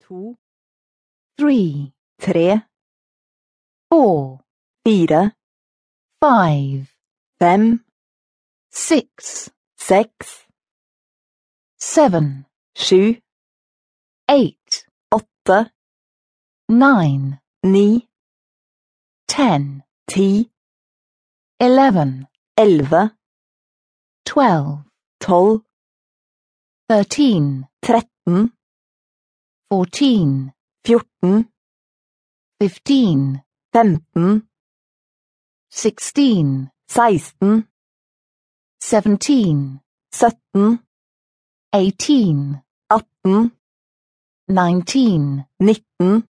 two, three, tre, four, fire, five, fem, six, seks, seven, sju, eight, åtte, nine, ni, ten, ti, eleven, elleve, twelve, tolv, thirteen, tretten, fourteen, fjorten, fifteen, femten, sixteen, seksten, seventeen, sytten, eighteen, atten, nineteen, nitten,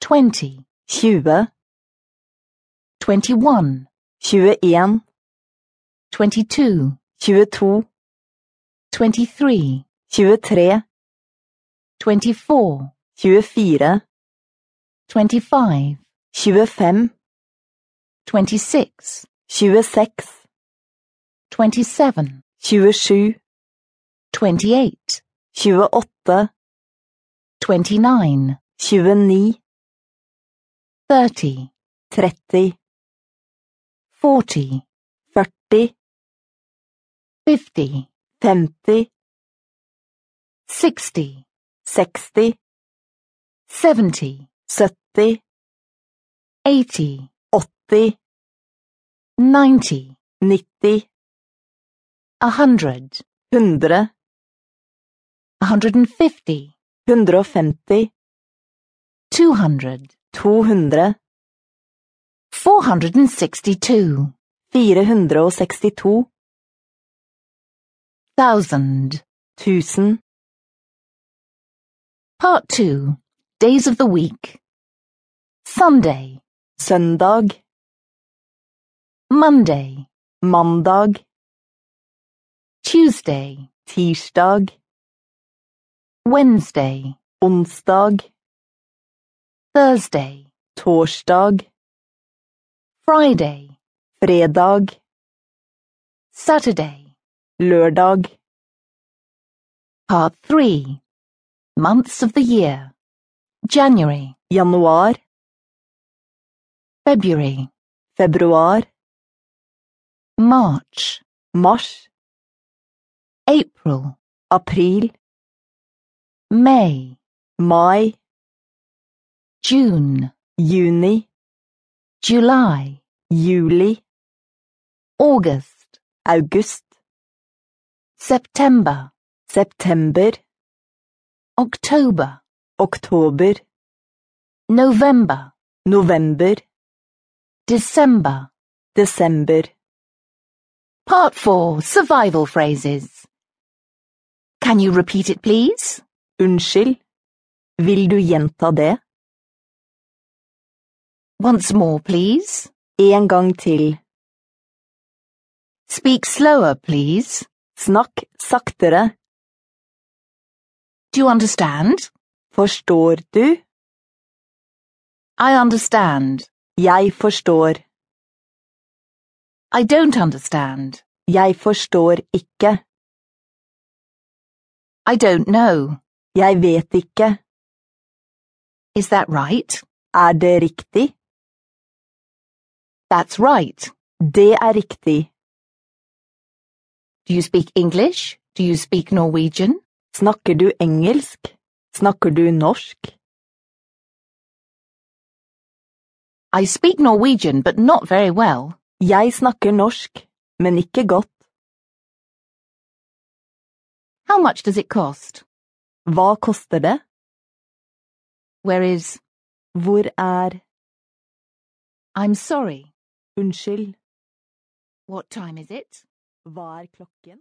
twenty, tjue, twenty-one, tjueen, twenty-two, tjueto, twenty-three, tjuetre, twenty-four, tjuefire, twenty-five, tjuefem, twenty-six, tjueseks, twenty-seven, tjuesju, twenty-eight, tjueåtte, twenty-nine, tjueni, thirty, tretti, forty, førti, fifty, femti, sixty, seksti, seventy, sytti, eighty, åtti, ninety, nitti, a hundred, hundre, a hundred and fifty, hundre og femti, two hundred, to hundre, four hundred and sixty-two, fire hundre og sekstito, thousand. tusen, Part 2 Days of the Week Sunday, søndag, Monday, mandag, Tuesday, tirsdag, Wednesday, onsdag, Thursday, torsdag, Friday, fredag, Saturday. lørdag, Part 3 Months of the Year January, januar, February, februar, March, mars, April, april, May, mai, June, juni, July, juli, August, august, September, september, October, oktober, November, november, December. desember. Part 4 Survival Phrases. Can you repeat it, please? Unnskyld, vil du gjenta det? Once more, please. En gang til. Speak slower, please. Snakk saktere. Do you understand? Forstår du? I understand. Jeg forstår. I don't understand. Jeg forstår ikke. I don't know. Jeg vet ikke. Is that right? Er det riktig? That's right. Det er riktig. Do you speak English? Do you speak Norwegian? Snakker du engelsk? Snakker du norsk? I speak Norwegian, but not very well. Jeg snakker norsk, men ikke godt. How much does it cost? Hva koster det? Where is? Hvor er I'm sorry. Unnskyld, What time is it? hva er klokken?